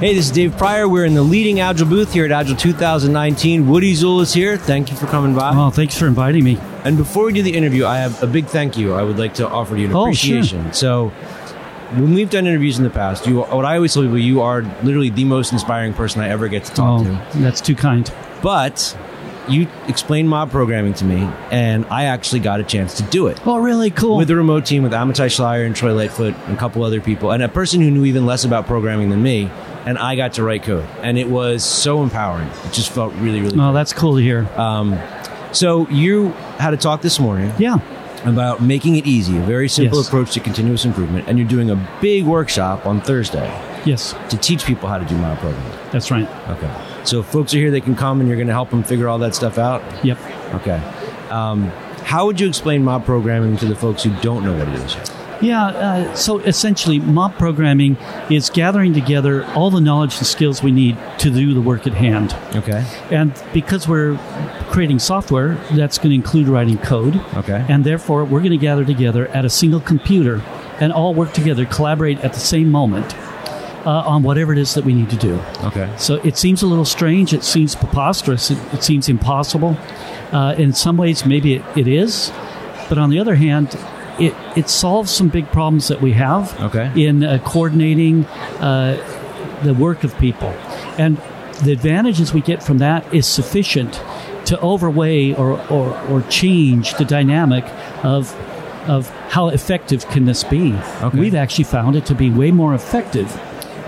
Hey, this is Dave Pryor. We're in the leading Agile booth here at Agile 2019. Woody Zool is here. Thank you for coming by. Oh, thanks for inviting me. And before we do the interview, I have a big thank you I would like to offer you an Oh, sure. appreciation. So, when we've done interviews in the past, you what I always tell people, you are literally the most inspiring person I ever get to talk Oh, to. that's too kind. But you explained mob programming to me, and I actually got a chance to do it Oh, really cool. with the remote team with Amitai Schleyer and Troy Lightfoot and a couple other people, and a person who knew even less about programming than me. And I got to write code, and it was so empowering. It just felt really, really. oh, that's cool to hear. Um, so you had a talk this morning yeah. about making it easy, a very simple Yes. approach to continuous improvement, and you're doing a big workshop on Thursday Yes, to teach people how to do mob programming. that's right. Okay. So if folks are here, they can come, and you're going to help them figure all that stuff out. Yep. Okay. Um, how would you explain mob programming to the folks who don't know what it is? Yeah, uh, so essentially, mob programming is gathering together all the knowledge and skills we need to do the work at hand. Okay. And because we're creating software, that's going to include writing code. Okay. And therefore, we're going to gather together at a single computer and all work together, collaborate at the same moment uh, on whatever it is that we need to do. Okay. So it seems a little strange. It seems preposterous. It, it seems impossible. Uh, in some ways, maybe it, it is. But on the other hand, it, it solves some big problems that we have Okay. in uh, coordinating uh, the work of people. And the advantages we get from that is sufficient to overweigh or, or, or change the dynamic of, of how effective can this be. Okay. We've actually found it to be way more effective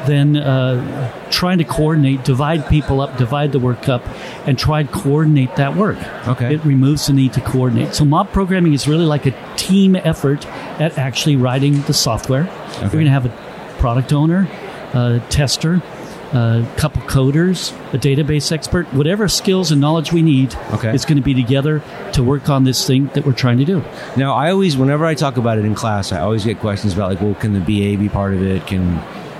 than uh, trying to coordinate, divide people up, divide the work up, and try to coordinate that work. Okay. It removes the need to coordinate. So mob programming is really like a team effort at actually writing the software. You're Okay. going to have a product owner, a tester, a couple coders, a database expert, whatever skills and knowledge we need Okay. is going to be together to work on this thing that we're trying to do. Now, I always, whenever I talk about it in class, I always get questions about like, well, can the BA be part of it? Can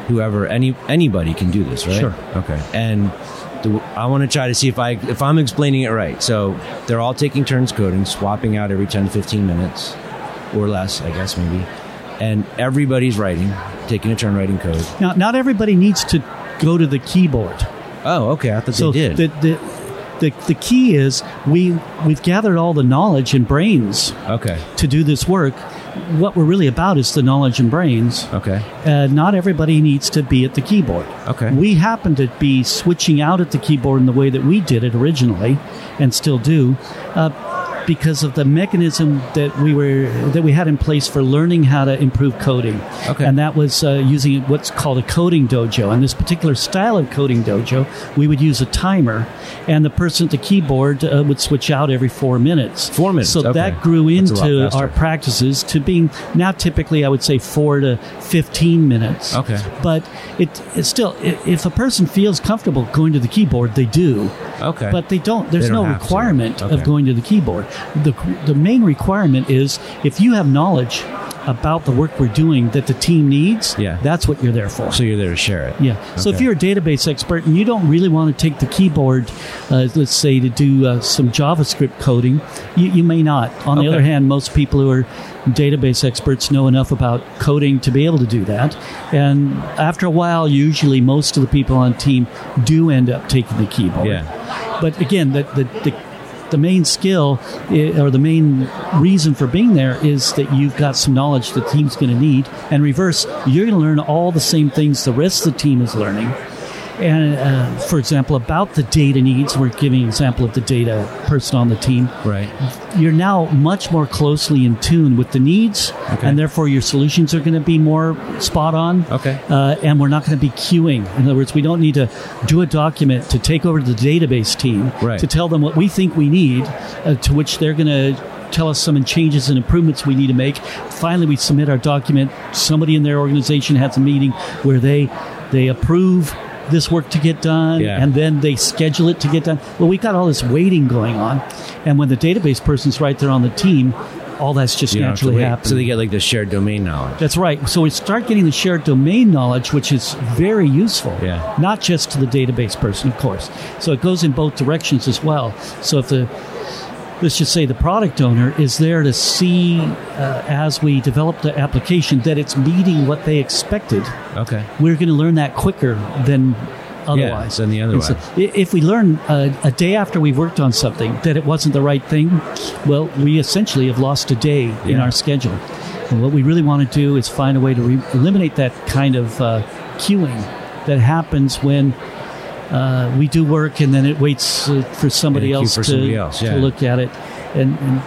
whoever, any anybody can do this, right? Sure. Okay. And the, I want to try to see if I if I'm explaining it right. So they're all taking turns coding, swapping out every 10 to 15 minutes, or less, I guess maybe. And everybody's writing, taking a turn writing code. Now, not everybody needs to go to the keyboard. Oh, okay. I thought So they did. The, the, the, the key is we, we've gathered all the knowledge and brains okay. to do this work. What we're really about is the knowledge and brains. Okay. Uh, not everybody needs to be at the keyboard. Okay. We happen to be switching out at the keyboard in the way that we did it originally, and still do, uh, because of the mechanism that we were that we had in place for learning how to improve coding. Okay. And that was uh, using what's called a coding dojo. And this particular style of coding dojo, we would use a timer, and the person at the keyboard uh, would switch out every four minutes. Four minutes, So okay. that grew That's a lot into faster. our practices to being now typically I would say four to fifteen minutes. Okay. But it, it's still i- if a person feels comfortable going to the keyboard, they do. Okay. But they don't. There's They don't no have to. requirement Okay. of going to the keyboard. The the main requirement is if you have knowledge about the work we're doing that the team needs. Yeah. That's what you're there for. so you're there to share it. Yeah. So if Okay. you're a database expert and you don't really want to take the keyboard, uh, let's say to do uh, some JavaScript coding, you, you may not. On Okay. the other hand, most people who are database experts know enough about coding to be able to do that. And after a while, usually most of the people on team do end up taking the keyboard. Yeah. But again, the, the, the the main skill i- or the main reason for being there is that you've got some knowledge the team's going to need. And reverse, you're going to learn all the same things the rest of the team is learning. And uh, for example, about the data needs, we're giving an example of the data person on the team. Right. You're now much more closely in tune with the needs, Okay. and therefore your solutions are going to be more spot on. Okay. Uh, and we're not going to be queuing. In other words, we don't need to do a document to take over to the database team Right. to tell them what we think we need, uh, to which they're going to tell us some changes and improvements we need to make. Finally, we submit our document. Somebody in their organization has a meeting where they they approve this work to get done, Yeah. and then they schedule it to get done. Well, we got all this waiting going on, and when the database person's right there on the team, all that's just You don't have to naturally wait. happens. So they get like the shared domain knowledge. That's right. So we start getting the shared domain knowledge, which is very useful. Yeah. Not just to the database person, of course. So it goes in both directions as well. So if the let's just say the product owner is there to see uh, as we develop the application that it's meeting what they expected. Okay. We're going to learn that quicker than otherwise. than the other And so way. i- if we learn uh, a day after we've worked on something that it wasn't the right thing, well, we essentially have lost a day in Yeah. our schedule. And what we really want to do is find a way to re- eliminate that kind of uh, queuing that happens when uh, we do work and then it waits uh, for And somebody a queue else, for to, somebody else, to yeah. look at it. And, and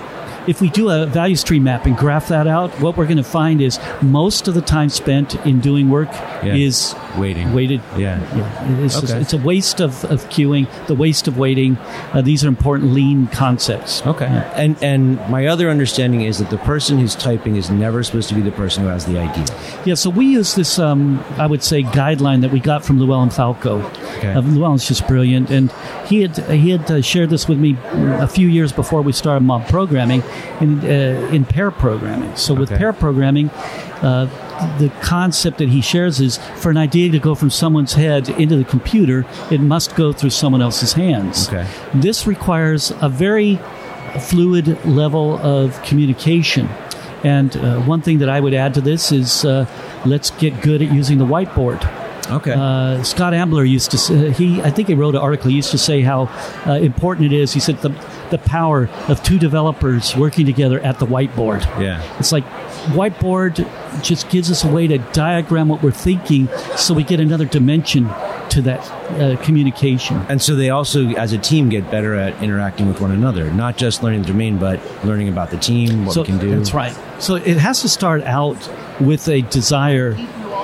if we do a value stream map and graph that out, what we're going to find is most of the time spent in doing work Yeah. is Waiting. weighted Yeah. yeah, it is- it's, Okay. a waste of, of queuing, the waste of waiting. Uh, these are important lean concepts. Okay. And and my other understanding is that the person who's typing is never supposed to be the person who has the idea. Yeah, so we use this, um, I would say, guideline that we got from Llewellyn Falco. Okay. Uh, Llewellyn's just brilliant, and he had he had uh, shared this with me a few years before we started mob programming, in uh, in pair programming. So with Okay. pair programming. Uh, the concept that he shares is for an idea to go from someone's head into the computer, it must go through someone else's hands. Okay. This requires a very fluid level of communication. And uh, one thing that I would add to this is uh, let's get good at using the whiteboard. Okay. Uh, Scott Ambler used to say, he I think he wrote an article. He used to say how uh, important it is. He said the the power of two developers working together at the whiteboard. yeah. It's like whiteboard just gives us a way to diagram what we're thinking, so we get another dimension to that uh, communication. And so they also, as a team, get better at interacting with one another, not just learning the domain, but learning about the team, what so we can do. That's right. So it has to start out with a desire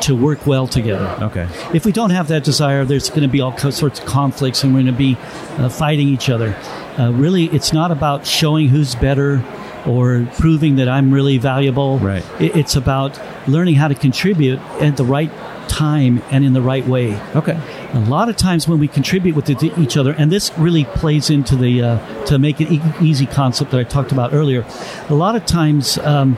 to work well together. Okay. If we don't have that desire, there's going to be all co- sorts of conflicts, and we're going to be uh, fighting each other. Uh, really, it's not about showing who's better or proving that I'm really valuable. Right. I- it's about learning how to contribute at the right time and in the right way. Okay. A lot of times when we contribute with the, each other, and this really plays into the uh, to make it e- easy concept that I talked about earlier. A lot of times. Um,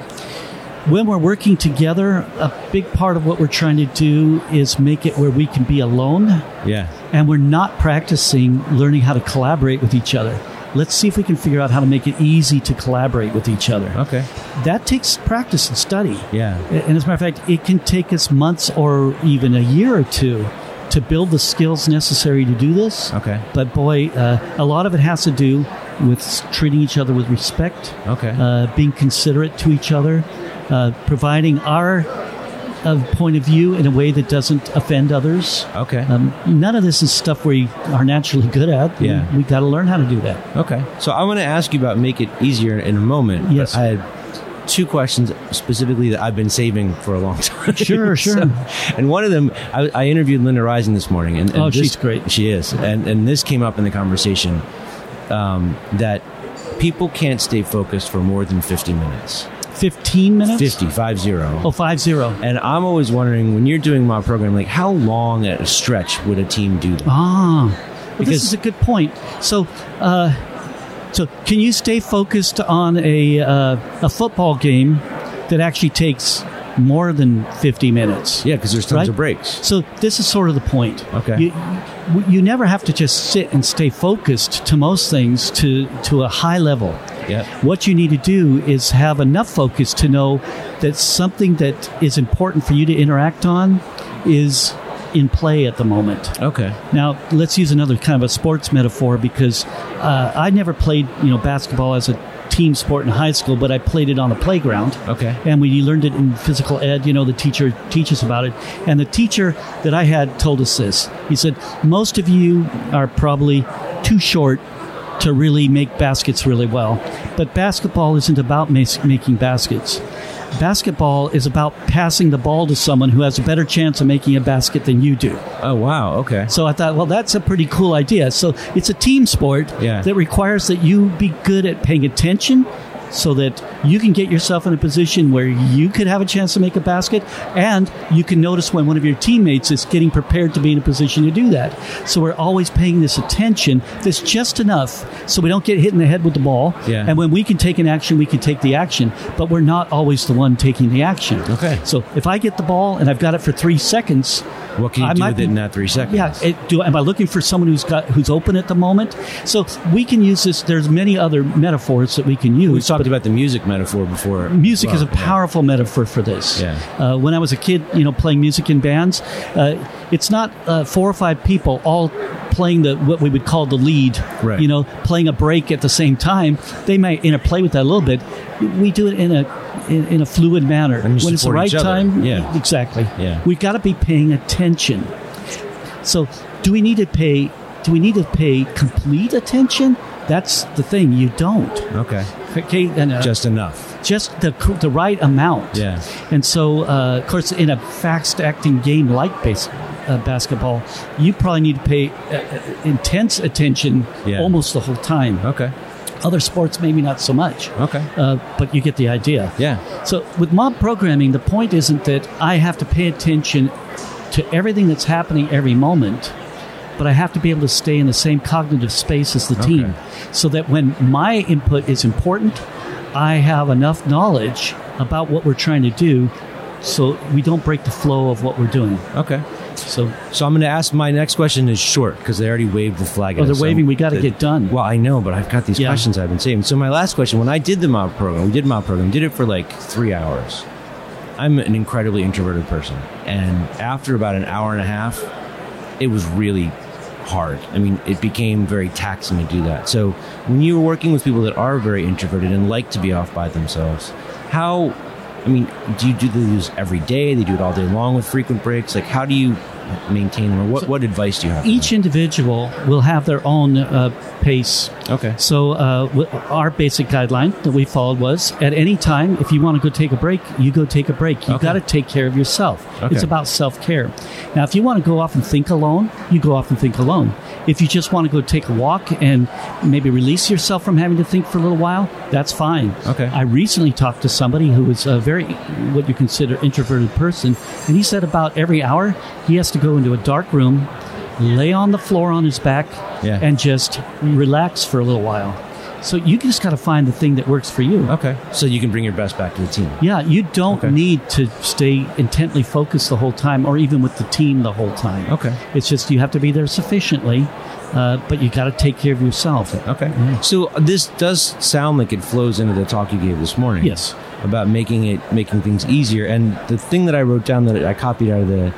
when we're working together, a big part of what we're trying to do is make it where we can be alone Yeah. and we're not practicing learning how to collaborate with each other. Let's see if we can figure out how to make it easy to collaborate with each other. Okay. That takes practice and study. Yeah. And as a matter of fact, it can take us months or even a year or two to build the skills necessary to do this. Okay. But boy, uh, a lot of it has to do with s- treating each other with respect, Okay. uh, being considerate to each other, uh, providing our uh, point of view in a way that doesn't offend others. Okay. Um, none of this is stuff we are naturally good at. Yeah. We, we got to learn how to do that. Okay. So I want to ask you about make it easier in a moment. but Yes. I had two questions specifically that I've been saving for a long time. Sure, sure. and one of them, I, I interviewed Linda Rising this morning, and, and Oh, this- she's great. She is, and and this came up in the conversation um, that people can't stay focused for more than fifty minutes. 15 minutes? 50, five zero. Oh, five zero. And I'm always wondering when you're doing my program, like how long at a stretch would a team do that? Ah, because Because- this is a good point. So, uh, so can you stay focused on a uh, a football game that actually takes more than fifty minutes? Yeah, because there's tons Right. of breaks. So this is sort of the point. Okay. You, w- you never have to just sit and stay focused to most things to to a high level. Yeah. What you need to do is have enough focus to know that something that is important for you to interact on is in play at the moment. Okay. Now, let's use another kind of a sports metaphor because uh, I never played, you know, basketball as a team sport in high school, but I played it on the playground. Okay. And we learned it in physical ed, you know, the teacher teaches about it. And the teacher that I had told us this. He said, "Most of you are probably too short to really make baskets really well, but basketball isn't about mas- making baskets." Basketball is about passing the ball to someone who has a better chance of making a basket than you do. Oh wow. Okay. So I thought, well, that's a pretty cool idea. So it's a team sport Yeah. that requires that you be good at paying attention so that you can get yourself in a position where you could have a chance to make a basket and you can notice when one of your teammates is getting prepared to be in a position to do that. So we're always paying this attention that's just enough so we don't get hit in the head with the ball. Yeah. And when we can take an action, we can take the action, but we're not always the one taking the action. Okay. So if I get the ball and I've got it for three seconds, What can you I do might with it be- in that three seconds? Yeah, it, do, am I looking for someone who's got who's open at the moment? So we can use this. There's many other metaphors that we can use. We've talked about the music metaphor before. Music is a Well, yeah. powerful metaphor for this. Yeah. Uh, when I was a kid, you know, playing music in bands, uh, it's not uh, four or five people all playing the what we would call the lead. Right. You know, playing a break at the same time. They might interplay with that a little bit. We do it in a in, in a fluid manner. And you when it's the support right each other. time, Yeah. exactly. Yeah. We've got to be paying attention. So, do we need to pay? Do we need to pay complete attention? That's the thing. You don't. Okay. Okay, and uh, Just enough. just the cor- the right amount. Yeah. And so, uh, of course, in a fast-acting game like base, uh, basketball, you probably need to pay uh, uh, intense attention Yeah. almost the whole time. Okay. Other sports, maybe not so much. Okay. Uh, but you get the idea. Yeah. So with mob programming, the point isn't that I have to pay attention to everything that's happening every moment, but I have to be able to stay in the same cognitive space as the team, so that when my input is important, I have enough knowledge about what we're trying to do, so we don't break the flow of what we're doing. Okay. So So I'm going to ask my next question is short because they already waved the flag. Oh, at they're us. So waving, we gotta the- get done. Well, I know, but I've got these Yeah. questions I've been saving. So my last question: When I did the mob program, we did mob program, did it for like three hours. I'm an incredibly introverted person, and after about an hour and a half, it was really hard. I mean, it became very taxing to do that. So when you're working with people that are very introverted and like to be off by themselves, how? I mean, do you do these every day? They do it all day long with frequent breaks. Like, how do you maintain them? Or what, what advice do you have? for each individual will have their own uh, pace them? Okay. So uh, w- our basic guideline that we followed was: at any time, if you want to go take a break, you go take a break. You have Okay. got to take care of yourself. Okay. It's about self care. Now, if you want to go off and think alone, you go off and think alone. If you just want to go take a walk and maybe release yourself from having to think for a little while, that's fine. Okay. I recently talked to somebody who was a very what you consider introverted person, and he said about every hour he has to go into a dark room. Lay on the floor on his back Yeah. and just relax for a little while. So you just got to find the thing that works for you. Okay. So you can bring your best back to the team. Yeah, you don't Okay. need to stay intently focused the whole time or even with the team the whole time. Okay. It's just you have to be there sufficiently, uh, but you got to take care of yourself. Okay. Mm-hmm. So this does sound like it flows into the talk you gave this morning. Yes. About making it making things easier, and the thing that I wrote down that I copied out of the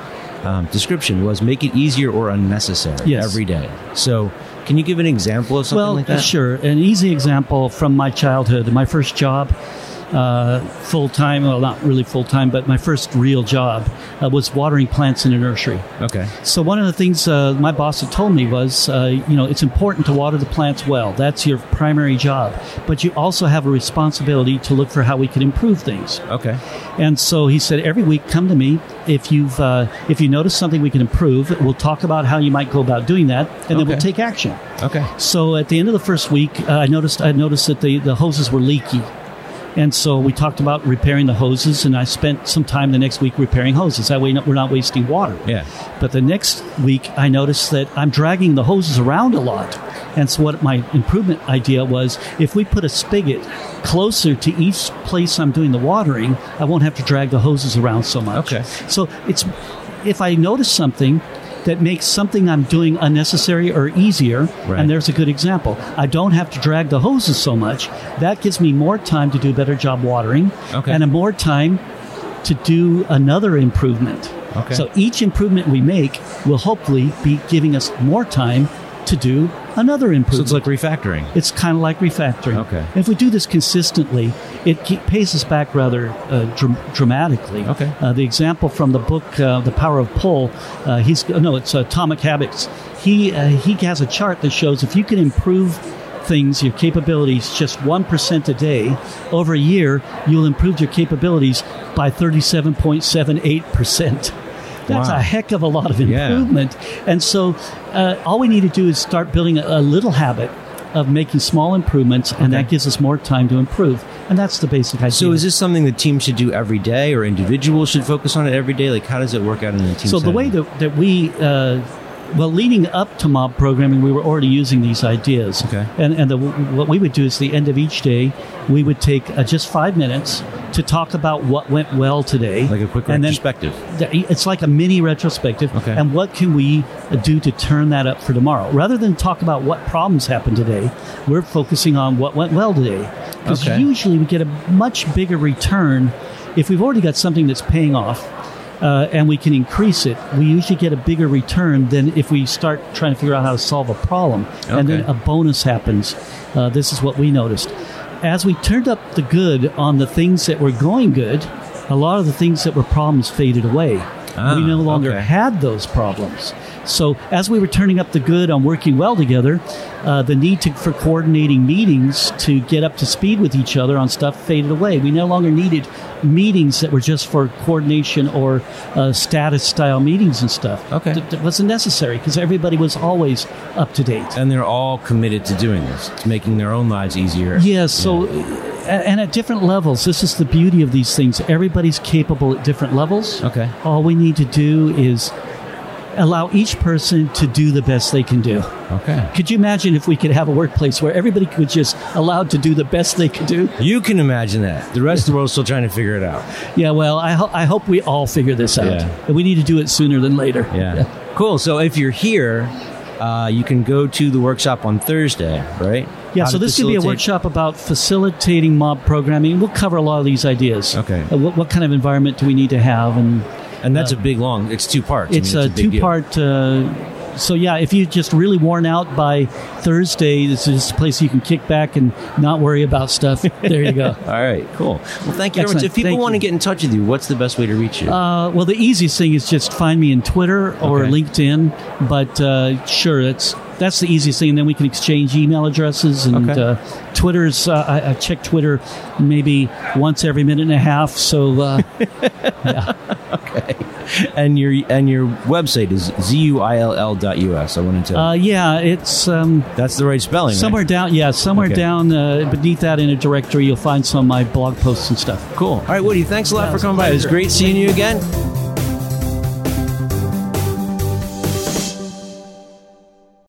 um, description was make it easier or unnecessary Yes. every day. So, can you give an example of something Well, like uh, that? sure. An easy example from my childhood, my first job, uh, full time, well, not really full time, but my first real job uh, was watering plants in a nursery. Okay. So one of the things uh, my boss had told me was, uh, you know, it's important to water the plants well. That's your primary job, but you also have a responsibility to look for how we can improve things. Okay. And so he said, every week, come to me if you've uh, if you notice something we can improve. We'll talk about how you might go about doing that, and then we'll Okay. take action. Okay. So at the end of the first week, uh, I noticed I noticed that the, the hoses were leaky. And so we talked about repairing the hoses, and I spent some time the next week repairing hoses. That way, no- we're not wasting water. Yeah. But the next week, I noticed that I'm dragging the hoses around a lot. And so, what my improvement idea was if we put a spigot closer to each place I'm doing the watering, I won't have to drag the hoses around so much. Okay. So, it's if I notice something that makes something I'm doing unnecessary or easier, Right. and there's a good example. I don't have to drag the hoses so much. That gives me more time to do a better job watering Okay. and a more time to do another improvement. Okay. So each improvement we make will hopefully be giving us more time to do another So it's improvement. like refactoring. it's kind of like refactoring. Okay. If we do this consistently, it ke- pays us back rather uh, dr- dramatically. Okay. Uh, the example from the book uh, "The Power of Pull," uh, he's no, it's Atomic Habits. He uh, he has a chart that shows if you can improve things, your capabilities just one percent a day over a year, you'll improve your capabilities by thirty-seven point seven eight percent. That's Wow. a heck of a lot of Yeah. improvement. And so, uh, all we need to do is start building a, a little habit of making small improvements, and that gives us more time to improve. And that's the basic idea. So is this something the team should do every day, or individuals should focus on it every day? Like, how does it work out in the team? So the way setting? that, that we, uh, well, leading up to mob programming, we were already using these ideas. Okay. And, and the, what we would do is the end of each day, we would take uh, just five minutes to to talk about what went well today, Like a quick and then retrospective. th- it's like a mini retrospective. Okay. And what can we do to turn that up for tomorrow? Rather than talk about what problems happened today, we're focusing on what went well today. Because Okay. usually we get a much bigger return if we've already got something that's paying off. Uh, and we can increase it. We usually get a bigger return than if we start trying to figure out how to solve a problem, and then Okay. a bonus happens. Uh, this is what we noticed. As we turned up the good on the things that were going good, a lot of the things that were problems faded away. Ah, we no longer okay. had those problems. So as we were turning up the good on working well together, uh, the need to, for coordinating meetings to get up to speed with each other on stuff faded away. We no longer needed meetings that were just for coordination or uh, status style meetings and stuff. Okay. That- that wasn't necessary because everybody was always up to date. And they're all committed to doing this, to making their own lives easier. Yeah, so a- and at different levels, this is the beauty of these things. Everybody's capable at different levels. Okay. All we need to do is allow each person to do the best they can do. Okay. Could you imagine if we could have a workplace where everybody could just allowed to do the best they could do? You can imagine that. The rest of the world's still trying to figure it out. Yeah, well, I, ho- I hope we all figure this out. Yeah. And we need to do it sooner than later. Yeah. Cool. So if you're here, uh, you can go to the workshop on Thursday, right? Yeah, How so to this could be a facilitate- workshop about facilitating mob programming. We'll cover a lot of these ideas. Okay. Uh, What, what kind of environment do we need to have? And And that's a big long, it's two parts. I it's mean, a big deal. two part. Uh, so yeah, if you're just really worn out by Thursday, this is just a place you can kick back and not worry about stuff. There you go. All right, cool. Well, thank you very much. Excellent. If people Thank want to you. get in touch with you, what's the best way to reach you? Uh, well, the easiest thing is just find me in Twitter or Okay. LinkedIn. But uh, sure, that's that's the easiest thing, and then we can exchange email addresses and Okay. uh, Twitter's. Uh, I, I check Twitter maybe once every minute and a half. So uh, and your and your website is zuill.us. I wanted to. uh, yeah, it's. Um, that's the right spelling. right? Somewhere down, yeah, somewhere Okay. down uh, beneath that in a directory, you'll find some of my blog posts and stuff. Cool. All right, Woody. Thanks a lot Yeah, for it's a coming by. It was pleasure. great seeing you again.